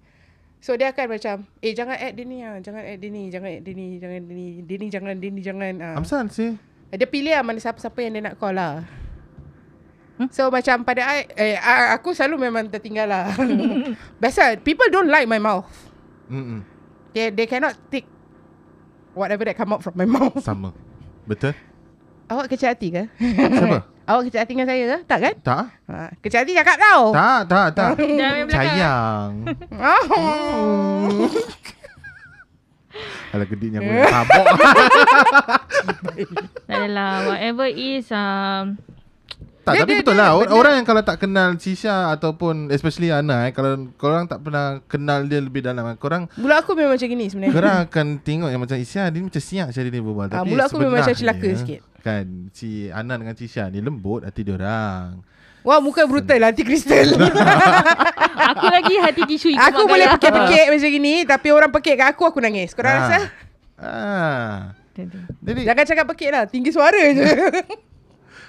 Speaker 5: So dia akan macam eh jangan add dia ni ah, jangan add dia ni, jangan add dia ni, jangan dia ni, dia ni jangan dia ni jangan ah.
Speaker 2: Amsan sih
Speaker 5: Dia pilih lah mana siapa-siapa yang dia nak call lah. So macam pada I, eh, I- aku selalu memang tertinggal lah. Biasa people don't like my mouth.
Speaker 2: Mm-mm.
Speaker 5: They they cannot take whatever that come out from my mouth.
Speaker 2: Sama Betul?
Speaker 5: Awak kecil hati ke?
Speaker 2: Siapa?
Speaker 5: Awak kecil hati dengan saya ke? Tak kan?
Speaker 2: Tak? ah?
Speaker 5: Ha, kecil hati cakap tau.
Speaker 2: Tak, tak, tak
Speaker 4: Jangan
Speaker 5: ah.
Speaker 4: main belakang.
Speaker 2: Sayang
Speaker 5: Oh.
Speaker 2: Alah gediknya
Speaker 5: Eh.
Speaker 2: aku Tabok
Speaker 4: tak adalah. Whatever is, um,
Speaker 2: Tak,
Speaker 5: Dia-
Speaker 2: tapi
Speaker 5: dia-
Speaker 2: betul
Speaker 5: dia
Speaker 2: lah. Or-
Speaker 5: benda-
Speaker 2: Orang yang kalau tak kenal Shisha ataupun especially Ana, eh, kalau korang tak pernah kenal dia lebih dalam, eh, korang
Speaker 5: Mula aku memang macam gini sebenarnya.
Speaker 2: korang akan tengok yang macam Isya dia ni macam siap Syah dia ni berbual.
Speaker 5: Ah,
Speaker 2: Tapi
Speaker 5: mulut aku memang macam
Speaker 2: sebenarnya,
Speaker 5: celaka sikit.
Speaker 2: Kan, si Ana dengan Shisha ni lembut hati dia orang.
Speaker 5: Wah, muka brutal anti kristal.
Speaker 4: aku lagi hati tisu itu. Ah.
Speaker 5: aku boleh pekik-pekik macam gini tapi orang pekik kat aku aku nangis. Korang
Speaker 2: Ah.
Speaker 5: rasa?
Speaker 2: Ah. Jadi,
Speaker 5: Jangan cakap pekik lah, tinggi suara je.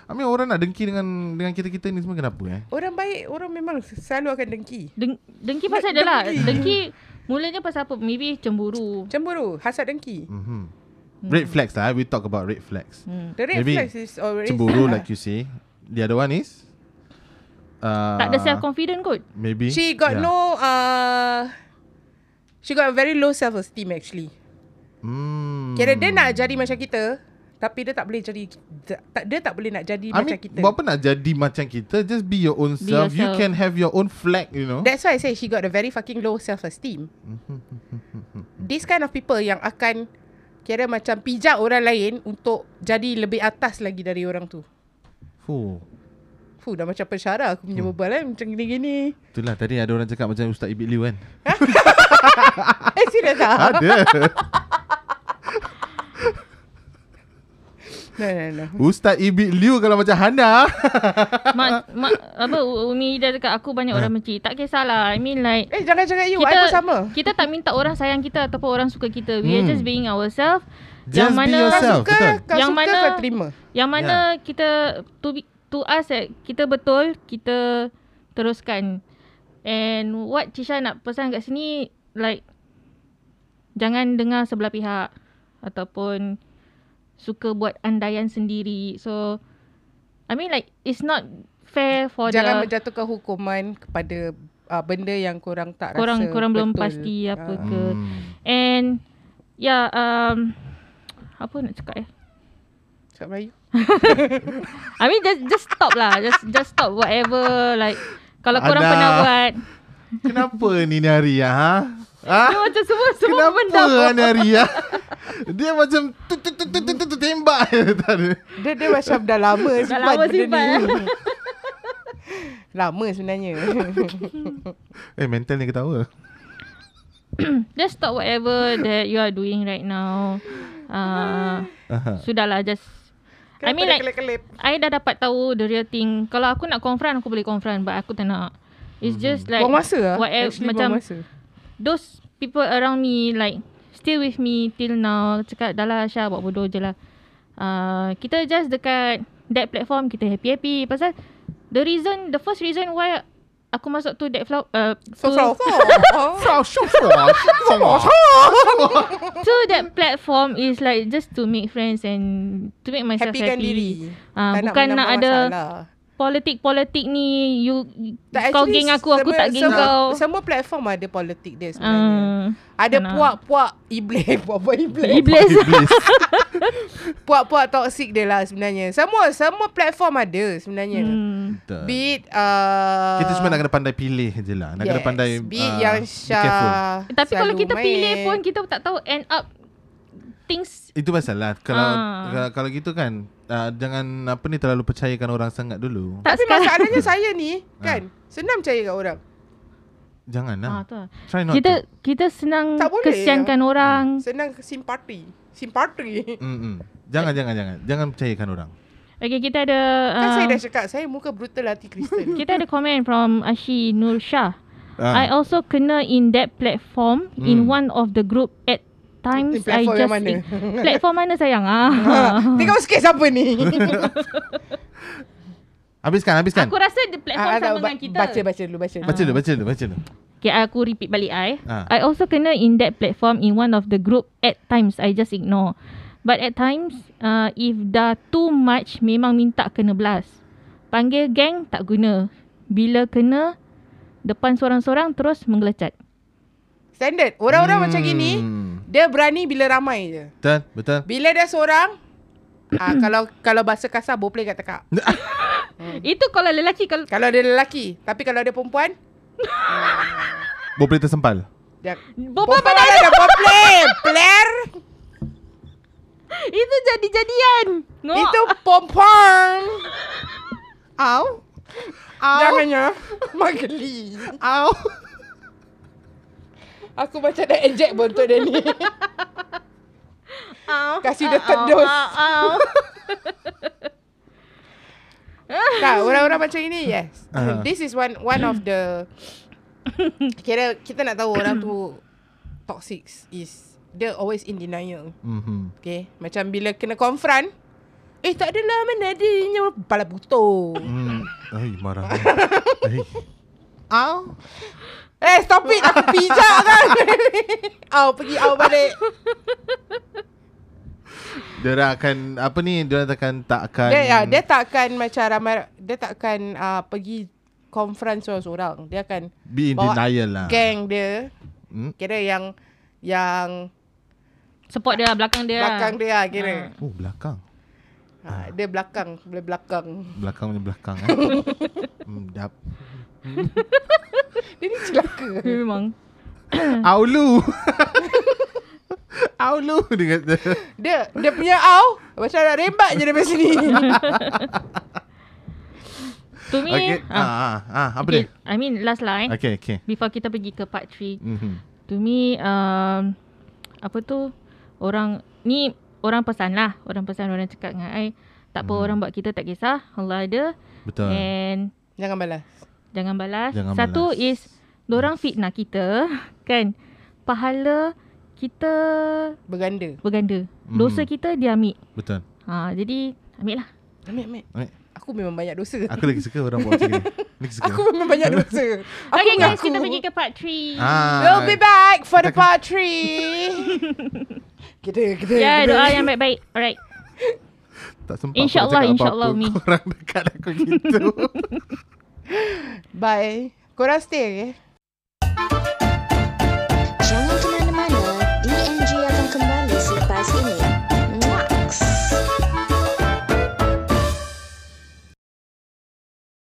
Speaker 2: Amin orang nak dengki dengan dengan kita-kita ni semua kenapa eh?
Speaker 5: orang baik, orang memang selalu akan dengki.
Speaker 4: Deng- dengki pasal dia lah. Dengki mulanya pasal apa? Maybe cemburu.
Speaker 5: Cemburu, hasad dengki.
Speaker 2: Mhm. Red flags lah. eh. We talk about red flags.
Speaker 4: Hmm.
Speaker 5: The red
Speaker 2: Maybe
Speaker 5: flags is always
Speaker 2: Cemburu
Speaker 5: Ah.
Speaker 2: like you say. The other one is uh,
Speaker 5: Ah.
Speaker 4: Tak ada self confident kot.
Speaker 2: Maybe
Speaker 5: She got
Speaker 2: Yeah.
Speaker 5: no uh, She got very low self-esteem actually
Speaker 2: Hmm.
Speaker 5: Kira dia nak jadi macam kita Tapi dia tak boleh jadi tak, Dia tak boleh nak
Speaker 2: I
Speaker 5: jadi macam
Speaker 2: mean,
Speaker 5: kita
Speaker 2: buat apa nak jadi macam kita? Just be your own
Speaker 4: Be
Speaker 2: self. You
Speaker 4: yourself.
Speaker 2: can have your own flag, you know.
Speaker 5: That's why I say she got a very fucking low self-esteem. This kind of people yang akan kira macam pijak orang lain untuk jadi lebih atas lagi dari orang tu.
Speaker 2: Fuh.
Speaker 5: Fuh, dah macam pensyarah aku
Speaker 2: Hmm.
Speaker 5: punya bebal kan macam gini-gini.
Speaker 2: Itulah tadi ada orang cakap macam Ustaz Ibit Liu kan.
Speaker 5: eh, serius tak?
Speaker 2: ada.
Speaker 5: No, no, no.
Speaker 2: Ustaz Ibit Liu kalau macam Hana.
Speaker 4: Mak, mak, apa Umi dah dekat aku
Speaker 2: Ha.
Speaker 4: banyak orang benci. Tak kisahlah. I mean like
Speaker 5: Eh, jangan cakap you. Kita, I pun sama.
Speaker 4: Kita tak minta orang sayang kita ataupun orang suka kita. We hmm. are
Speaker 2: Hmm.
Speaker 4: just being ourselves.
Speaker 2: Just be yourself.
Speaker 5: Kau
Speaker 2: betul.
Speaker 5: kau
Speaker 4: Yang
Speaker 5: suka,
Speaker 4: mana-
Speaker 5: kau terima.
Speaker 4: Yang mana yeah. kita to be, to us eh, kita betul, kita teruskan. And what Cisha nak pesan kat sini like jangan dengar sebelah pihak ataupun suka buat andaian sendiri. So I mean like it's not fair for
Speaker 5: Jangan
Speaker 4: the
Speaker 5: menjatuhkan hukuman kepada uh, benda yang korang tak
Speaker 4: korang
Speaker 5: rasa
Speaker 4: korang belum
Speaker 5: betul.
Speaker 4: pasti apa
Speaker 5: Ah.
Speaker 4: ke.
Speaker 2: Hmm.
Speaker 4: And yeah, um, apa nak cakap eh?
Speaker 5: Cakap Melayu.
Speaker 4: I mean just just stop lah. Just just stop whatever like kalau korang
Speaker 2: Alah.
Speaker 4: pernah buat.
Speaker 2: Kenapa ni ni hari ya? Ha? ha?
Speaker 4: Dia macam semua semua benda.
Speaker 2: Kenapa ni hari ya? Dia macam tu tu tu tu tu tu, tu tembak. Tak ada.
Speaker 5: Dia, dia macam dah lama simpan
Speaker 4: lama
Speaker 5: benda
Speaker 4: simpan,
Speaker 5: ni.
Speaker 4: eh.
Speaker 5: lama sebenarnya.
Speaker 2: eh mental ni ketawa.
Speaker 4: just stop whatever that you are doing right now. Uh, sudahlah just I mean like
Speaker 5: kelip-kelip.
Speaker 4: I dah dapat tahu the real thing. Kalau aku nak confront aku boleh confront but aku tak nak. It's just like
Speaker 5: Buang masa lah.
Speaker 4: whatever,
Speaker 5: Actually,
Speaker 4: macam
Speaker 5: buang masa.
Speaker 4: those people around me like still with me till now cakap dah lah Syah buat bodoh je lah uh, kita just dekat that platform kita happy-happy pasal the reason the first reason why aku masuk tu that flow, uh,
Speaker 5: So,
Speaker 4: to,
Speaker 5: so, so. oh,
Speaker 2: Frau, Frau, Frau, Frau, Frau.
Speaker 4: to that platform is like just to make friends and to make myself happy,
Speaker 5: Happykan diri.
Speaker 4: Ah,
Speaker 5: Tak
Speaker 4: bukan nak
Speaker 5: menambah
Speaker 4: ada
Speaker 5: masalah.
Speaker 4: politik-politik ni you
Speaker 5: Tak,
Speaker 4: kau
Speaker 5: actually,
Speaker 4: geng aku aku
Speaker 5: semua-
Speaker 4: tak geng
Speaker 5: semua-
Speaker 4: kau
Speaker 5: Semua platform ada politik dia sebenarnya.
Speaker 4: uh,
Speaker 5: Ada
Speaker 4: tak nak.
Speaker 5: puak-puak iblis, puak-puak iblis.
Speaker 4: iblis
Speaker 2: Iblis.
Speaker 5: Puak-puak toksik dia lah sebenarnya. Semua semua platform ada sebenarnya. Hmm.
Speaker 4: hmm.
Speaker 2: Betul.
Speaker 5: Be it uh,
Speaker 2: Kita cuma nak kena pandai pilih je lah. Nak kena pandai
Speaker 5: Be it
Speaker 2: ah,
Speaker 5: yang
Speaker 2: be careful.
Speaker 5: Syah
Speaker 4: Tapi kalau
Speaker 5: selalu
Speaker 4: kita
Speaker 5: main.
Speaker 4: pilih pun kita tak tahu end up things
Speaker 2: Itu pasal lah Kalau
Speaker 4: Ah.
Speaker 2: kalau, kalau gitu kan uh, Jangan apa ni Terlalu percayakan orang sangat dulu
Speaker 4: tak
Speaker 5: Tapi
Speaker 4: sekarang.
Speaker 5: masalahnya saya
Speaker 2: Ah.
Speaker 5: ni kan senang percaya kat orang.
Speaker 2: Jangan lah
Speaker 4: Ah, tu lah.
Speaker 2: Try not
Speaker 4: Kita
Speaker 2: to
Speaker 4: kita senang
Speaker 5: Tak boleh
Speaker 4: kesiankan orang.
Speaker 5: Senang simpati. Simpati.
Speaker 2: Mm-mm. Jangan
Speaker 4: Eh.
Speaker 2: jangan jangan Jangan percayakan orang
Speaker 4: Okay, kita ada
Speaker 5: Kan saya
Speaker 4: uh,
Speaker 5: dah cakap saya muka brutal hati Kristen.
Speaker 4: kita ada comment from Ashi Nur Shah. I
Speaker 2: Ah,
Speaker 4: also kena in that platform
Speaker 2: Hmm.
Speaker 4: in one of the group at times
Speaker 5: Eh,
Speaker 4: I
Speaker 5: platform
Speaker 4: just
Speaker 5: yang mana?
Speaker 4: platform mana sayang ah.
Speaker 5: Ni kau sikit siapa ni?
Speaker 2: Habiskan habiskan
Speaker 4: aku rasa the platform
Speaker 5: Ah, tak,
Speaker 4: sama
Speaker 5: ba-
Speaker 4: dengan kita.
Speaker 5: Baca baca dulu baca.
Speaker 2: Baca dulu baca dulu baca dulu
Speaker 4: Okay, aku repeat balik I.
Speaker 2: Ah.
Speaker 4: I also kena in that platform in one of the group at times I just ignore. But at times, uh, if dah too much memang minta kena belas. Panggil geng tak guna. Bila kena, depan seorang-seorang terus menggelecat.
Speaker 5: Standard. Orang-orang macam
Speaker 2: Hmm.
Speaker 5: gini dia berani bila ramai je.
Speaker 2: Betul betul
Speaker 5: Bila dah seorang ah, kalau kalau bahasa kasar boleh kat tekak.
Speaker 4: Itu kalau lelaki kalau
Speaker 5: Kalau ada lelaki, tapi kalau ada perempuan
Speaker 2: Boleh tersempal
Speaker 5: dia
Speaker 4: Boba
Speaker 5: perempuan
Speaker 4: pada
Speaker 5: ada boleh. Player
Speaker 4: Itu jadi-jadian Ngok.
Speaker 5: itu perempuan. Au. Au. Jangannya mageli. Au. Aku macam dah ejek bentuk dia ni.
Speaker 4: Au,
Speaker 5: Kasih dia
Speaker 4: au,
Speaker 5: terdus.
Speaker 4: au, au.
Speaker 5: tak, orang-orang macam ini, yes.
Speaker 2: Ah.
Speaker 5: This is one one of the kira kita nak tahu orang tu toxic is dia always in denial.
Speaker 2: Mhm.
Speaker 5: Okay Macam bila kena confront Eh tak adalah mana adanya Pala buto
Speaker 2: Hmm. Ai marah. Ai.
Speaker 5: Au Eh stop it Aku pijak kan Au pergi au balik
Speaker 2: Dia orang akan apa ni? Dia orang akan takkan.
Speaker 5: Dia, ya, dia takkan macam ramai Dia takkan uh, pergi Confront seorang-seorang Dia akan
Speaker 2: be in
Speaker 5: bawa
Speaker 2: denial lah.
Speaker 5: Gang dia
Speaker 2: Hmm?
Speaker 5: Kira yang Yang
Speaker 4: Support dia belakang dia
Speaker 5: Belakang dia lah kira
Speaker 2: Oh belakang.
Speaker 5: ha, Dia belakang Boleh belakang
Speaker 2: Belakang punya belakang eh. Hmm, dap.
Speaker 5: Dia ni celaka
Speaker 4: Memang
Speaker 2: Aulu. Aulu dia kata.
Speaker 5: Dia Dia punya au Macam nak rembat je daripada sini
Speaker 4: To me
Speaker 2: Okey. Ah,
Speaker 4: ah,
Speaker 2: ah, ah, apa
Speaker 4: okay,
Speaker 2: dia?
Speaker 4: I mean last line
Speaker 2: Okey, okey.
Speaker 4: Before kita pergi ke part 3
Speaker 2: Mhm.
Speaker 4: To me um, Apa tu Orang Ni Orang pesan lah Orang pesan orang cakap dengan I Tak apa orang buat kita tak kisah Allah ada
Speaker 2: Hmm. Betul.
Speaker 5: Eh,
Speaker 4: And
Speaker 5: Jangan balas
Speaker 4: Jangan balas
Speaker 2: Jangan
Speaker 4: Satu
Speaker 2: balas.
Speaker 4: is Diorang fitnah kita Kan Pahala Kita
Speaker 5: Berganda
Speaker 4: Berganda
Speaker 2: Hmm.
Speaker 4: Dosa kita dia ambil
Speaker 2: Betul.
Speaker 4: ha, Jadi Ambil lah
Speaker 5: Ambil, ambil.
Speaker 2: Ambil.
Speaker 5: Aku memang banyak dosa.
Speaker 2: Aku lagi suka orang buat macam ni. Lagi suka.
Speaker 5: Aku memang banyak dosa. Aku
Speaker 4: Okay guys
Speaker 5: mengaku.
Speaker 4: Kita pergi ke part 3
Speaker 2: Ah.
Speaker 5: We'll be back for the part 3. kita, kita,
Speaker 4: Ya
Speaker 5: kita.
Speaker 4: doa yang baik-baik Alright
Speaker 2: Tak sempat aku
Speaker 4: InsyaAllah,
Speaker 2: cakap
Speaker 4: insyaAllah,
Speaker 2: apa-apa.
Speaker 4: Umi.
Speaker 2: Korang dekat aku gitu.
Speaker 5: Bye. Korang stay, okay?
Speaker 3: E